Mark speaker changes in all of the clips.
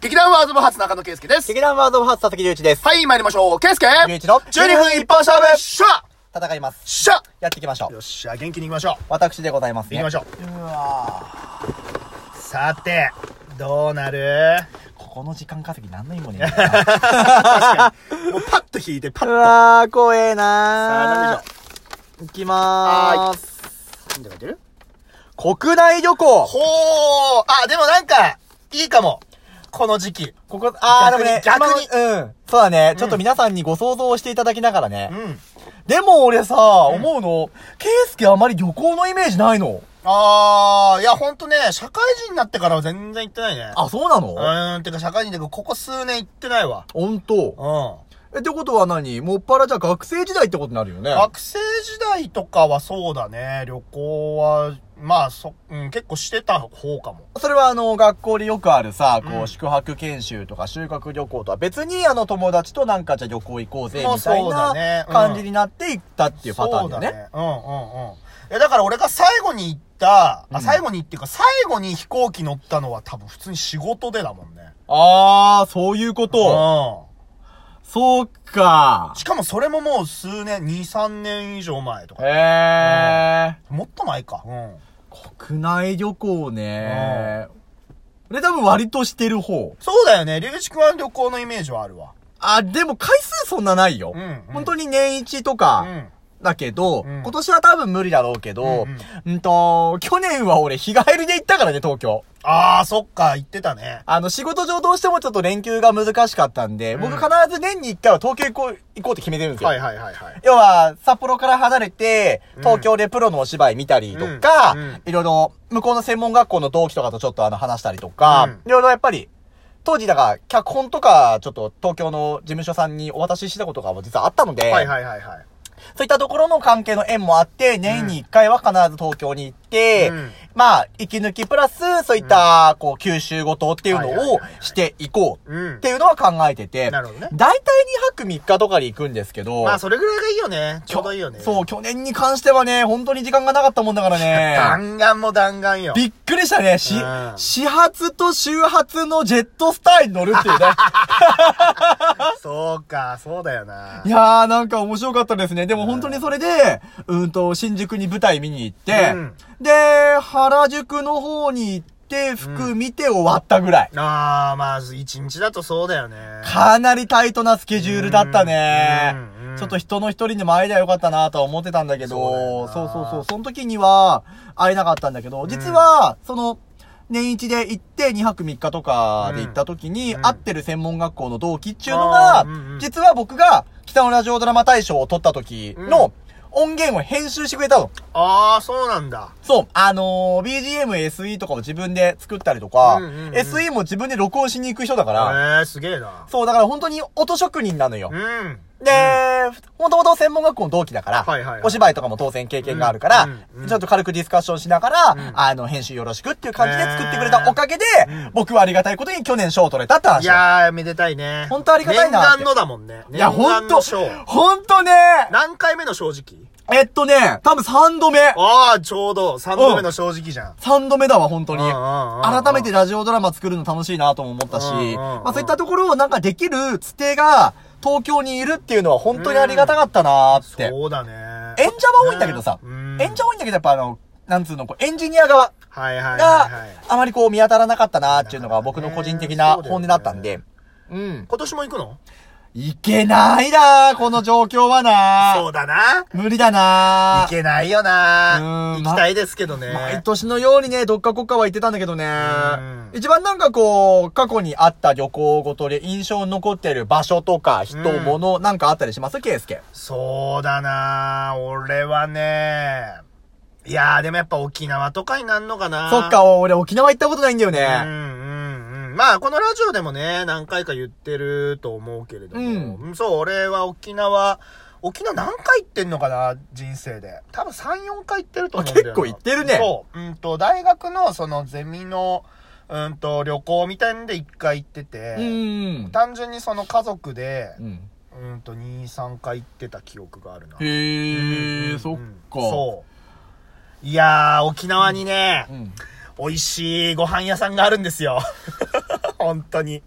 Speaker 1: 劇団ワーズボハツ中野圭介です。
Speaker 2: 劇団ワードオブハーツ佐々木隆一です。
Speaker 1: はい、参りましょう。圭介
Speaker 2: 隆一の
Speaker 1: !12 分一本勝負しゃ
Speaker 2: 戦います。
Speaker 1: しゃ
Speaker 2: やっていきましょう
Speaker 1: よ。っしゃ、元気に行きましょう。
Speaker 2: 私でございます、ね。
Speaker 1: 行きまし
Speaker 2: ょ
Speaker 1: ょう。さて、どうなる
Speaker 2: う。ここの時間稼ぎ何の意味も
Speaker 1: も
Speaker 2: ね
Speaker 1: うパッと引いて、パ
Speaker 2: え。
Speaker 1: ッ
Speaker 2: う
Speaker 1: と。
Speaker 2: わー、怖え
Speaker 1: さあ、
Speaker 2: な
Speaker 1: 何でしょ
Speaker 2: ー。いきまーす。
Speaker 1: うなんて書いてる
Speaker 2: 国内旅行
Speaker 1: ほーあ、でもなんか、いいかも。この時期。
Speaker 2: ここ、あー、でもね、
Speaker 1: 逆に
Speaker 2: 今のうん。そうだね、ちょっと皆さんにご想像していただきながらね
Speaker 1: う。ん。
Speaker 2: でも俺さ、思うの、ケイスケあまり旅行のイメージないの。
Speaker 1: あー、いやほんとね、社会人になってからは全然行ってないね。
Speaker 2: あ、そうなの
Speaker 1: うーん、てか社会人でここ数年行ってないわ。
Speaker 2: ほんと。
Speaker 1: うん。
Speaker 2: え、ってことは何もっぱらじゃあ学生時代ってことになるよね。
Speaker 1: 学生時代とかはそうだね。旅行は、まあ、そ、うん、結構してた方かも。
Speaker 2: それはあの、学校でよくあるさ、こ
Speaker 1: う
Speaker 2: う、
Speaker 1: ん
Speaker 2: 宿泊研修とか修学旅行とは別に、あの、友達となんかじゃあ旅行行こうぜ、
Speaker 1: まあ
Speaker 2: みたい
Speaker 1: そうだね
Speaker 2: な
Speaker 1: うん
Speaker 2: 感じになって行ったっていうパターンだ
Speaker 1: そう
Speaker 2: よね。。
Speaker 1: うんうんうん。え、だから俺が最後に行った、
Speaker 2: うん
Speaker 1: あ、最後にっていうか、最後に飛行機乗ったのは多分普通に仕事でだもんね。
Speaker 2: あー、そういうこと。
Speaker 1: う
Speaker 2: そうか
Speaker 1: ん。。しかもそれももう数年、2、3年以上前とか。
Speaker 2: へ
Speaker 1: もっと前か。うん。
Speaker 2: ー。国内旅行ね。俺多分割としてる方。
Speaker 1: そうだよね。龍一君は旅行のイメージはあるわ。
Speaker 2: あ、でも回数そんなないよ。
Speaker 1: うんうん
Speaker 2: 本当に年一とか。
Speaker 1: うん。
Speaker 2: だけど、
Speaker 1: うん
Speaker 2: 今年は多分無理だろうけど、
Speaker 1: う
Speaker 2: うんん、と、去年は俺日帰りで行ったからね、東京。
Speaker 1: あー、そっか、行ってたね。
Speaker 2: あの、仕事上どうしてもちょっと連休が難しかったんで、
Speaker 1: うん
Speaker 2: 僕必ず年に1回は東京行こう、行こうって決めてるんですよ。
Speaker 1: はいはいはいはい。
Speaker 2: 要は、札幌から離れて
Speaker 1: うん、
Speaker 2: 東京でプロのお芝居見たりとか、
Speaker 1: うんうん
Speaker 2: いろいろ、向こうの専門学校の同期とかとちょっとあの話したりとか、
Speaker 1: うん
Speaker 2: いろいろやっぱり、当時だから、脚本とか、ちょっと東京の事務所さんにお渡ししたことが実はあったので、
Speaker 1: はいはいはいはい。
Speaker 2: そういったところの関係の縁もあって、年に1回は必ず東京に行って、
Speaker 1: うん
Speaker 2: まあ、息抜きプラス、そういった、こう、九州ごとっていう
Speaker 1: はいはいは
Speaker 2: の
Speaker 1: い
Speaker 2: を
Speaker 1: はい
Speaker 2: していこう
Speaker 1: うん
Speaker 2: っていうのは考えてて、
Speaker 1: なるほどね
Speaker 2: 大体2泊3日とかで行くんですけど、
Speaker 1: まあ、それぐらいがいいよね。ちょうどいいよね。
Speaker 2: そう、去年に関してはね、本当に時間がなかったもんだか らね、
Speaker 1: 弾丸も弾丸よ。
Speaker 2: びっくりしたね、し
Speaker 1: うん、
Speaker 2: 始発と終発のジェットスターに乗るってい うね。
Speaker 1: そうか、そうだよな。
Speaker 2: いやーなんか面白かったですね。でも本当にそれで、うんと、新宿に舞台見に行って、
Speaker 1: うん
Speaker 2: で、原宿の方に行って、服見て終わったぐらい。
Speaker 1: ああ、まあ、一日だとそうだよね。
Speaker 2: かなりタイトなスケジュールだったね
Speaker 1: うんうん。
Speaker 2: ちょっと人の一人でも会えりゃよかったなとは思ってたんだけ
Speaker 1: そう
Speaker 2: ど、
Speaker 1: だ
Speaker 2: そ
Speaker 1: よ
Speaker 2: う
Speaker 1: な
Speaker 2: そうそう、その時には会えなかったんだけど、実は、その、年一で行って2泊3日とかで行った時に、
Speaker 1: うん
Speaker 2: 会ってる専門学校の同期っていうのが、
Speaker 1: あーうんうん
Speaker 2: 実は僕が北のラジオドラマ大賞を取った時の音源を編集してくれたの。
Speaker 1: ああ、そうなんだ。
Speaker 2: そう、あのー、BGM、SE とかを自分で作ったりとか、
Speaker 1: うんうんうん
Speaker 2: SE も自分で録音しに行く人だから、
Speaker 1: ええー、すげえな。
Speaker 2: そう、だから本当に音職人なのよ。
Speaker 1: うん。
Speaker 2: で、もともと専門学校の同期だから、
Speaker 1: はいはいはい
Speaker 2: お芝居とかも当然経験があるから、
Speaker 1: うんうん
Speaker 2: ちょっと軽くディスカッションしながら、
Speaker 1: ん
Speaker 2: あの、編集よろしくっていう感じで作ってくれたおかげで、
Speaker 1: うん
Speaker 2: 僕はありがたいことに去年賞を取れたって話。
Speaker 1: いやー、めでたいね。
Speaker 2: ほんとありがたいな
Speaker 1: 念願のだもんね。
Speaker 2: いや、
Speaker 1: 念
Speaker 2: ほん
Speaker 1: 願
Speaker 2: と
Speaker 1: の賞。、
Speaker 2: ほんとね、
Speaker 1: 何回目の正直
Speaker 2: えっとね、多分3度目。
Speaker 1: ああ、ちょうど、3度目の正直じゃん。
Speaker 2: 3度目だわ、本当に。改
Speaker 1: 改
Speaker 2: めて、ラジオドラマ作るの楽しいなとも思ったし、
Speaker 1: うんうんうん
Speaker 2: まあそういったところをなんかできるつてが、東京にいるっていうのは本当にありがたかったなーって。
Speaker 1: そうだね。
Speaker 2: 演者は多いんだけどさ、
Speaker 1: うん
Speaker 2: 演者多いんだけどやっぱあの、なんつうの、こうエンジニア側
Speaker 1: はいはいはい
Speaker 2: が
Speaker 1: はい。
Speaker 2: あまりこう見当たらなかったなーっていうのが僕の個人的な
Speaker 1: そうだよね
Speaker 2: 本音だったんで、うん。
Speaker 1: 今年も行くの
Speaker 2: いけないなー、この状況はなー。
Speaker 1: そうだな。
Speaker 2: 無理だない
Speaker 1: けないよな。
Speaker 2: う
Speaker 1: 行
Speaker 2: ん
Speaker 1: きたいですけどね。
Speaker 2: 毎年のようにね、どっか国家は行ってたんだけどね
Speaker 1: ん。
Speaker 2: 一番なんかこう、過去にあった旅行ごとで印象に残っている場所とか人、
Speaker 1: うん
Speaker 2: 物、なんかあったりしますケイスケ。
Speaker 1: そうだな俺はねいやーでもやっぱ沖縄とかになんのかな
Speaker 2: そっか、俺沖縄行ったことないんだよ
Speaker 1: う
Speaker 2: ね。
Speaker 1: んうんうん。まあ、このラジオでもね、何回か言ってると思うけれども。
Speaker 2: う
Speaker 1: うん、そう、俺は沖縄、沖縄何回行ってんのかな人生で。多分3、4回行ってると思うんだよな
Speaker 2: あ結構行ってるね
Speaker 1: そう。うんと、大学のそのゼミの、うんと、旅行みたいので1回行ってて、
Speaker 2: うん。
Speaker 1: 単純にその家族で
Speaker 2: う、ん
Speaker 1: うんと、2、3回行ってた記憶があるな。
Speaker 2: へ
Speaker 1: う
Speaker 2: え、
Speaker 1: ん
Speaker 2: そっか。
Speaker 1: そう。いやー、沖縄にね、
Speaker 2: うん。
Speaker 1: 美味しいご飯屋さんがあるんですよ。 本当に。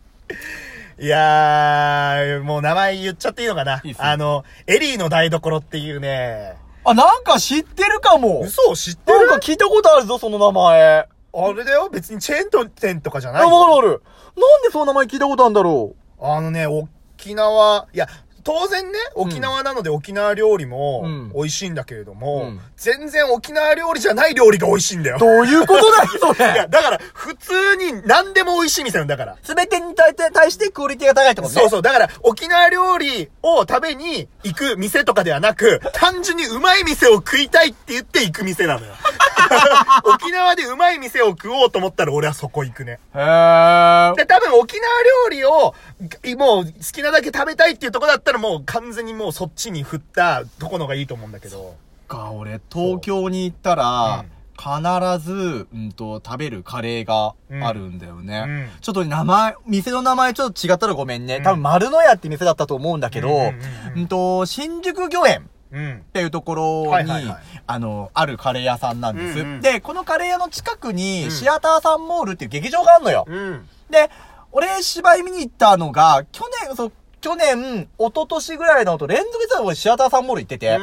Speaker 1: いやー、もう名前言っちゃっていいのかない
Speaker 2: いっすよ
Speaker 1: あの、エリーの台所っていうね、
Speaker 2: あ、なんか知ってるかも。
Speaker 1: 嘘知って
Speaker 2: なん
Speaker 1: る
Speaker 2: か聞いたことあるぞ、その名前。
Speaker 1: あれだよ別にチェーン店とかじゃない
Speaker 2: あ、
Speaker 1: よ
Speaker 2: わかるある。なんでその名前聞いたことあるんだろ
Speaker 1: あのね、沖縄、いや、当然ね、沖縄なので沖縄料理も
Speaker 2: うん
Speaker 1: 美味しいんだけれども、
Speaker 2: うん
Speaker 1: 全然沖縄料理じゃない料理が美味しいんだよ
Speaker 2: う。。どういうことだよ、そ
Speaker 1: いや、
Speaker 2: れ。
Speaker 1: だから、普通に何でも美味しい店なんだから。
Speaker 2: すべてに対して、対してクオリティが高いってことね。
Speaker 1: そうそう。だから、沖縄料理を食べに行く店とかではなく、単純にうまい店を食いたいって言って行く店な のよ。沖縄でうまい店を食おうと思ったら俺はそこ行くね。
Speaker 2: へー。
Speaker 1: で、多分沖縄料理を、いもう好きなだけ食べたいっていうとこだったらもう完全にもうそっちに振ったとこのがいいと思うんだけど。
Speaker 2: か、俺、東京に行ったら、必ず、うんと、食べるカレーがあるんだよね。
Speaker 1: うん
Speaker 2: ちょっと名前、店の名前ちょっと違ったらごめんね。
Speaker 1: うん
Speaker 2: 多分、丸の屋って店だったと思うんだけど、
Speaker 1: う
Speaker 2: うんん
Speaker 1: うんうんうん
Speaker 2: と、新宿御苑
Speaker 1: うん
Speaker 2: っ。ていうところに、
Speaker 1: はいはいはい
Speaker 2: あの、あるカレー屋さんなんです。
Speaker 1: うんうん
Speaker 2: で、このカレー屋の近くに、
Speaker 1: うん
Speaker 2: シアターサンモールっていう劇場があるのよ。
Speaker 1: うん。
Speaker 2: で、俺、芝居見に行ったのが、去年、そう、去年、一昨年ぐらいのと連続で俺シアターサンモール行ってて、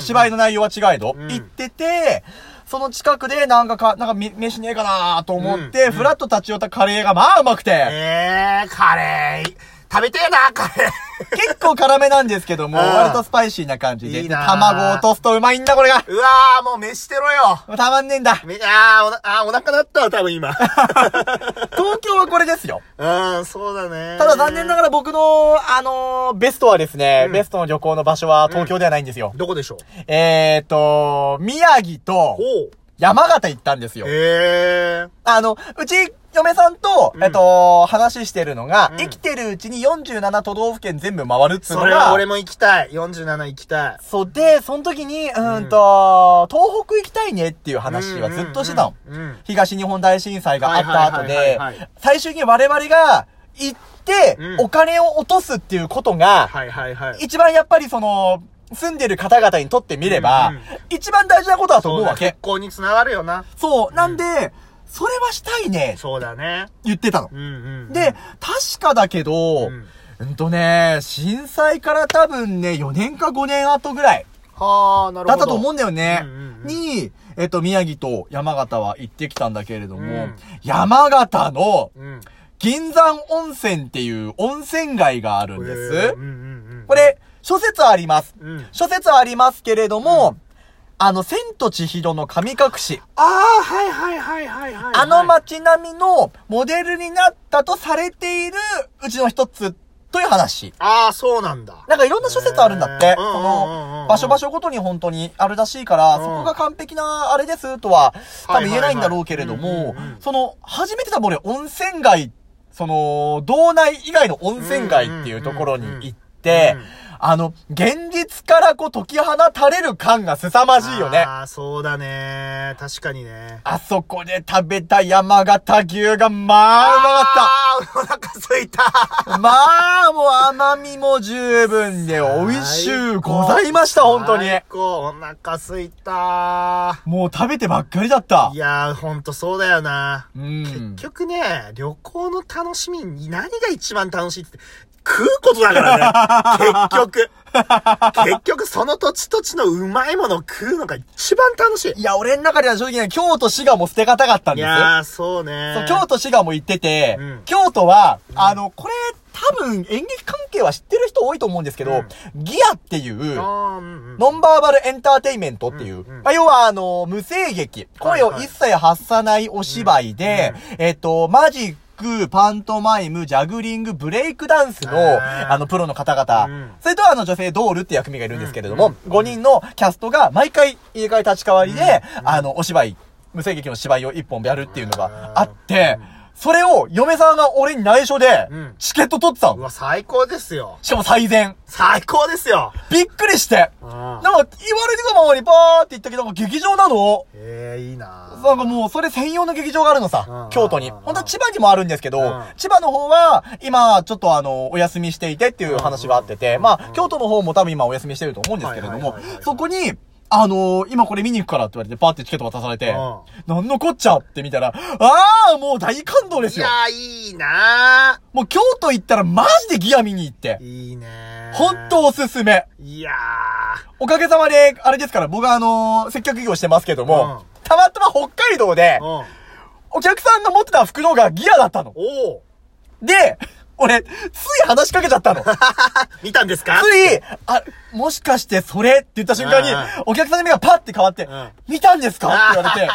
Speaker 2: 芝居
Speaker 1: の。
Speaker 2: の内容は違いど、
Speaker 1: うん
Speaker 2: 行ってて、その近くでなんかか、なんかみ飯ねえかなと思って、
Speaker 1: うん
Speaker 2: フラッと立ち寄ったカレーがまあうまくて、
Speaker 1: えー、カレー。食べてえな、カレー。
Speaker 2: 結構辛めなんですけども、
Speaker 1: うん
Speaker 2: 割とスパイシーな感じで、
Speaker 1: いいな
Speaker 2: 卵をトスとうまいんだこれが。
Speaker 1: うわー、もう飯してろよ。
Speaker 2: たまんねえんだ。
Speaker 1: めあーおな、あーお腹鳴ったわ、多分 今。
Speaker 2: 東京はこれですよ。
Speaker 1: うん、そうだね。
Speaker 2: ただ残念な
Speaker 1: ら。
Speaker 2: がら僕の、あのーベストはですね、
Speaker 1: うん
Speaker 2: ベストの旅行の場所は東京ではないんですよ。
Speaker 1: どこでしょう
Speaker 2: えーと、宮城と
Speaker 1: ほう。
Speaker 2: 山形行ったんですよ。
Speaker 1: えー。
Speaker 2: あの、うち、嫁さんと、
Speaker 1: うん
Speaker 2: えっと、話してるのが、
Speaker 1: うん
Speaker 2: 生きてるうちに47都道府県全部回るっつうの
Speaker 1: それは
Speaker 2: が、
Speaker 1: 俺も行きたい。47行きたい。
Speaker 2: そうで、その時に、うーんと、東北行きたいねっていう話はずっとしてたの。
Speaker 1: うんうんうんうん
Speaker 2: 東日本大震災があった後
Speaker 1: はいはい
Speaker 2: で
Speaker 1: はいはいはい、
Speaker 2: 最終的に我々が行って
Speaker 1: う、ん
Speaker 2: お金を落とすっていうことが、
Speaker 1: はいはいはい。
Speaker 2: 一番やっぱりその、住んでる方々にとってみれば、
Speaker 1: うんうん
Speaker 2: 一番大事なことだと
Speaker 1: そ
Speaker 2: 思
Speaker 1: う
Speaker 2: う
Speaker 1: だ
Speaker 2: わ
Speaker 1: ね結
Speaker 2: け。
Speaker 1: 婚につながるよな。
Speaker 2: そう。なんで、それはしたいね、
Speaker 1: そうだね。
Speaker 2: 言ってたの
Speaker 1: う。んうんうん。
Speaker 2: で、確かだけど、
Speaker 1: う
Speaker 2: うんん、とね、震災から多分ね、4年か5年後ぐらい
Speaker 1: はあ、なるほど。
Speaker 2: だったと思う
Speaker 1: うん
Speaker 2: だよね。
Speaker 1: うんうんうん
Speaker 2: に、えっと、宮城と山形は行ってきたんだけれども、
Speaker 1: うん
Speaker 2: 山形の
Speaker 1: ん。
Speaker 2: 銀山温泉っていう温泉街があるんで
Speaker 1: へー
Speaker 2: す
Speaker 1: うん。うんうん。
Speaker 2: こ、れ、諸説あります。
Speaker 1: うん。
Speaker 2: 諸説ありますけれども、あの、千と千尋の神隠し、
Speaker 1: ああ、はいはいはいはいはい。
Speaker 2: あの、街並みのモデルになったとされているうちの一つという話。
Speaker 1: ああ、そうなんだ。
Speaker 2: なんかいろんな諸説あるんだっ
Speaker 1: へー
Speaker 2: て。
Speaker 1: うんうんうん
Speaker 2: そ
Speaker 1: うんうん
Speaker 2: の、場所場所ごとに本当にあるらしいから、
Speaker 1: うん
Speaker 2: そこが完璧なあれですとは、多分言えないんだろうけれど
Speaker 1: はいはい
Speaker 2: も
Speaker 1: はいうんうんうん、
Speaker 2: その、初めて多分俺温泉街、その、道内以外の温泉街っていうところに行って
Speaker 1: うんうんうん、
Speaker 2: あの、現実からこう解き放たれる感が凄まじいよね。
Speaker 1: ああ、そうだね。確かにね。
Speaker 2: あそこで食べた山形牛がまあうま かった。
Speaker 1: ああ、お腹すいた。
Speaker 2: まあ、もう甘みも十分で美味しゅうございました、本当に。
Speaker 1: 最高、お腹すいた。
Speaker 2: もう食べてばっかりだった
Speaker 1: い。やー、ほんとそうだよな。
Speaker 2: うん
Speaker 1: 結。局ね、旅行の楽しみに何が一番楽しいって、食うことだから ね。結局。結局、その土地土地のうまいものを食うのが一番楽しい。
Speaker 2: いや、俺の中では正直ね、京都、滋賀も捨てがたかったん
Speaker 1: い
Speaker 2: です。
Speaker 1: やー、そうね。
Speaker 2: そう京都、滋賀も行ってて、
Speaker 1: うん
Speaker 2: 京都は、あの、これ、多分演劇関係は知ってる人多いと思うんですけど、ギアっていう、
Speaker 1: あーうんうん
Speaker 2: ノンバーバルエンターテイメントっていう、
Speaker 1: うんうん
Speaker 2: まあ、要はあの、無声劇、
Speaker 1: はい
Speaker 2: 声を一切発さないお芝居で、えっと、マジック、パントマイム、ジャグリング、ブレイクダンス
Speaker 1: へ
Speaker 2: の、
Speaker 1: ー
Speaker 2: あの、プロの方々、
Speaker 1: うん
Speaker 2: それとあの、女性ドールって役目がいるんですけれど
Speaker 1: うん
Speaker 2: も、
Speaker 1: うん
Speaker 2: 5人のキャストが毎回入れ替え立ち替わりで、
Speaker 1: うん
Speaker 2: あの、お芝居、無声劇の芝居を一本やるっていうのがあって、それを嫁さんが俺に内緒で
Speaker 1: うん、
Speaker 2: チケット取ってた
Speaker 1: う
Speaker 2: の。
Speaker 1: わ、最高ですよ。
Speaker 2: しかも最善。
Speaker 1: 最高ですよ。
Speaker 2: びっくりして。
Speaker 1: うん
Speaker 2: なんか、言われてたままにパーって言ったけど、なんか劇場なの
Speaker 1: ええいいな
Speaker 2: な
Speaker 1: ぁ
Speaker 2: んかもう、それ専用の劇場があるの
Speaker 1: うん
Speaker 2: さ、京都に。
Speaker 1: うん
Speaker 2: 本当は千葉にもあるんですけど
Speaker 1: うん、
Speaker 2: 千葉の方は、今、ちょっとあの、お休みしていてっていう話があって
Speaker 1: うんうんう
Speaker 2: て、
Speaker 1: ん
Speaker 2: まあ、京都の方も多分今お休みしてると思うんですけれど
Speaker 1: は
Speaker 2: も
Speaker 1: いはいはいはい、
Speaker 2: そこに、あのー、今これ見に行くからって言われて、パーってチケット渡されて、
Speaker 1: う
Speaker 2: なんのこっちゃって見たら、ああもう大感動で
Speaker 1: い
Speaker 2: すよ
Speaker 1: やー、いいな
Speaker 2: もう京都行ったらマジでギア見に行って
Speaker 1: ー。いいねー。
Speaker 2: ほんとおすすめ。
Speaker 1: いや
Speaker 2: おかげさまで、あれですから、僕はあのー接客業してますけども、
Speaker 1: う
Speaker 2: たまたま北海道で
Speaker 1: ー。、うん。
Speaker 2: お客さんが持ってた服の方がギアだったの。
Speaker 1: おー。
Speaker 2: で、俺、つい話しかけちゃっ たの。つ
Speaker 1: 見たんですか
Speaker 2: い、あ、もしかしてそれって言った瞬間に
Speaker 1: う、
Speaker 2: お客さんの目がパッて変わって、
Speaker 1: ん
Speaker 2: 見たんですかって言 われて、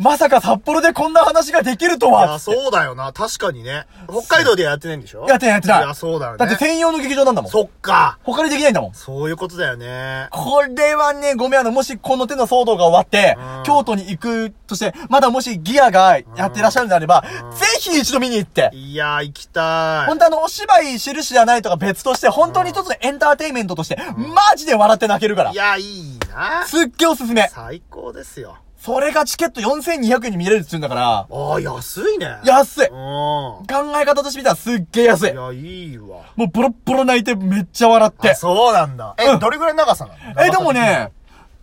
Speaker 2: まさか札幌でこんな話ができると
Speaker 1: い
Speaker 2: は
Speaker 1: や、そうだよな。確かにね。北海道でやってないんでしょ
Speaker 2: やってないやってない
Speaker 1: いや、そうだよね。
Speaker 2: だって専用の劇場なんだもん。
Speaker 1: そっか。
Speaker 2: 他にできないんだもん。
Speaker 1: そういうことだよね。
Speaker 2: これはね、ごめん、あの、もしこの手の騒動が終わって、
Speaker 1: うん
Speaker 2: 京都に行くとして、まだもしギアがやってらっしゃるんであれば、ぜひ一度見に行って。
Speaker 1: いやー、行きたい。
Speaker 2: 本当あの、お芝居知る知らないとか別として、本当に一つのエンターテインメントとして、マジで笑って泣けるから
Speaker 1: い。や、いいな。
Speaker 2: すっげえおすすめ。
Speaker 1: 最高ですよ。
Speaker 2: それがチケット4200円に見れるって言うんだから、
Speaker 1: ああ、安いね。
Speaker 2: 安い。
Speaker 1: う
Speaker 2: 考
Speaker 1: ん。
Speaker 2: え方として見たらすっげえ安い
Speaker 1: い。や、いいわ。
Speaker 2: もうボロッボロ泣いてめっちゃ笑って
Speaker 1: あ。そうなんだ。え、
Speaker 2: うん
Speaker 1: どれぐらいの長さなの
Speaker 2: え、でも。ね、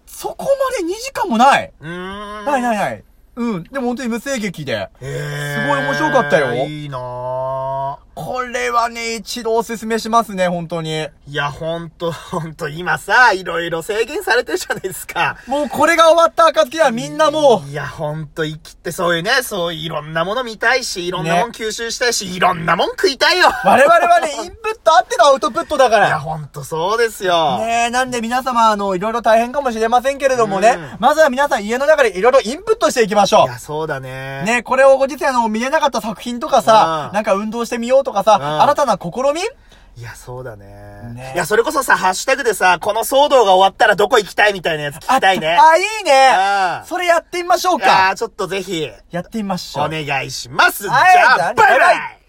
Speaker 2: そこまで2時間もない。
Speaker 1: 長さ的にうーん。
Speaker 2: ないない
Speaker 1: い。
Speaker 2: ない。うん。でも本当に無声劇で。
Speaker 1: へえ。
Speaker 2: すごい面白かったよ
Speaker 1: いいなー
Speaker 2: これはね、一度おすすめしますね、本当に。
Speaker 1: いや、ほんと、ほんと、今さ、いろいろ制限されてるじゃないですか。
Speaker 2: もうこれが終わった暁はみんなも
Speaker 1: いや、ほんと、生きてそういうね、そういういろんなもの見たいし、いろんなもん吸収したいし、いろんなもん食いたいよ。
Speaker 2: う、我々 はね、インプットあってのアウトプットだか
Speaker 1: いや、
Speaker 2: ら。
Speaker 1: ほんとそうですよ。
Speaker 2: ねえ、なんで皆様、あの、いろいろ大変かもしれませんけれどもね
Speaker 1: うん、
Speaker 2: まずは皆さん家の中でいろいろインプットしていきまし
Speaker 1: い
Speaker 2: ょ
Speaker 1: や、
Speaker 2: う。
Speaker 1: そうだね。。
Speaker 2: ねえ、これをご時世あの、見れなかった作品とかさ
Speaker 1: う、ん
Speaker 2: なんか運動してみようとか
Speaker 1: ん
Speaker 2: さ、新たな試み
Speaker 1: いや、そうだね。
Speaker 2: ね
Speaker 1: いや、それこそさ、ハッシュタグでさ、この騒動が終わったらどこ行きたいみたいなやつ聞きたいね。
Speaker 2: あ、いいね
Speaker 1: あ
Speaker 2: それやってみましょう
Speaker 1: あ
Speaker 2: か
Speaker 1: ー、ちょっとぜひ、
Speaker 2: やってみましょ
Speaker 1: お
Speaker 2: う。
Speaker 1: 願いします。じ
Speaker 2: はい
Speaker 1: ゃあ、
Speaker 2: バ
Speaker 1: バ
Speaker 2: イ
Speaker 1: イ
Speaker 2: バ
Speaker 1: バ
Speaker 2: イ
Speaker 1: イ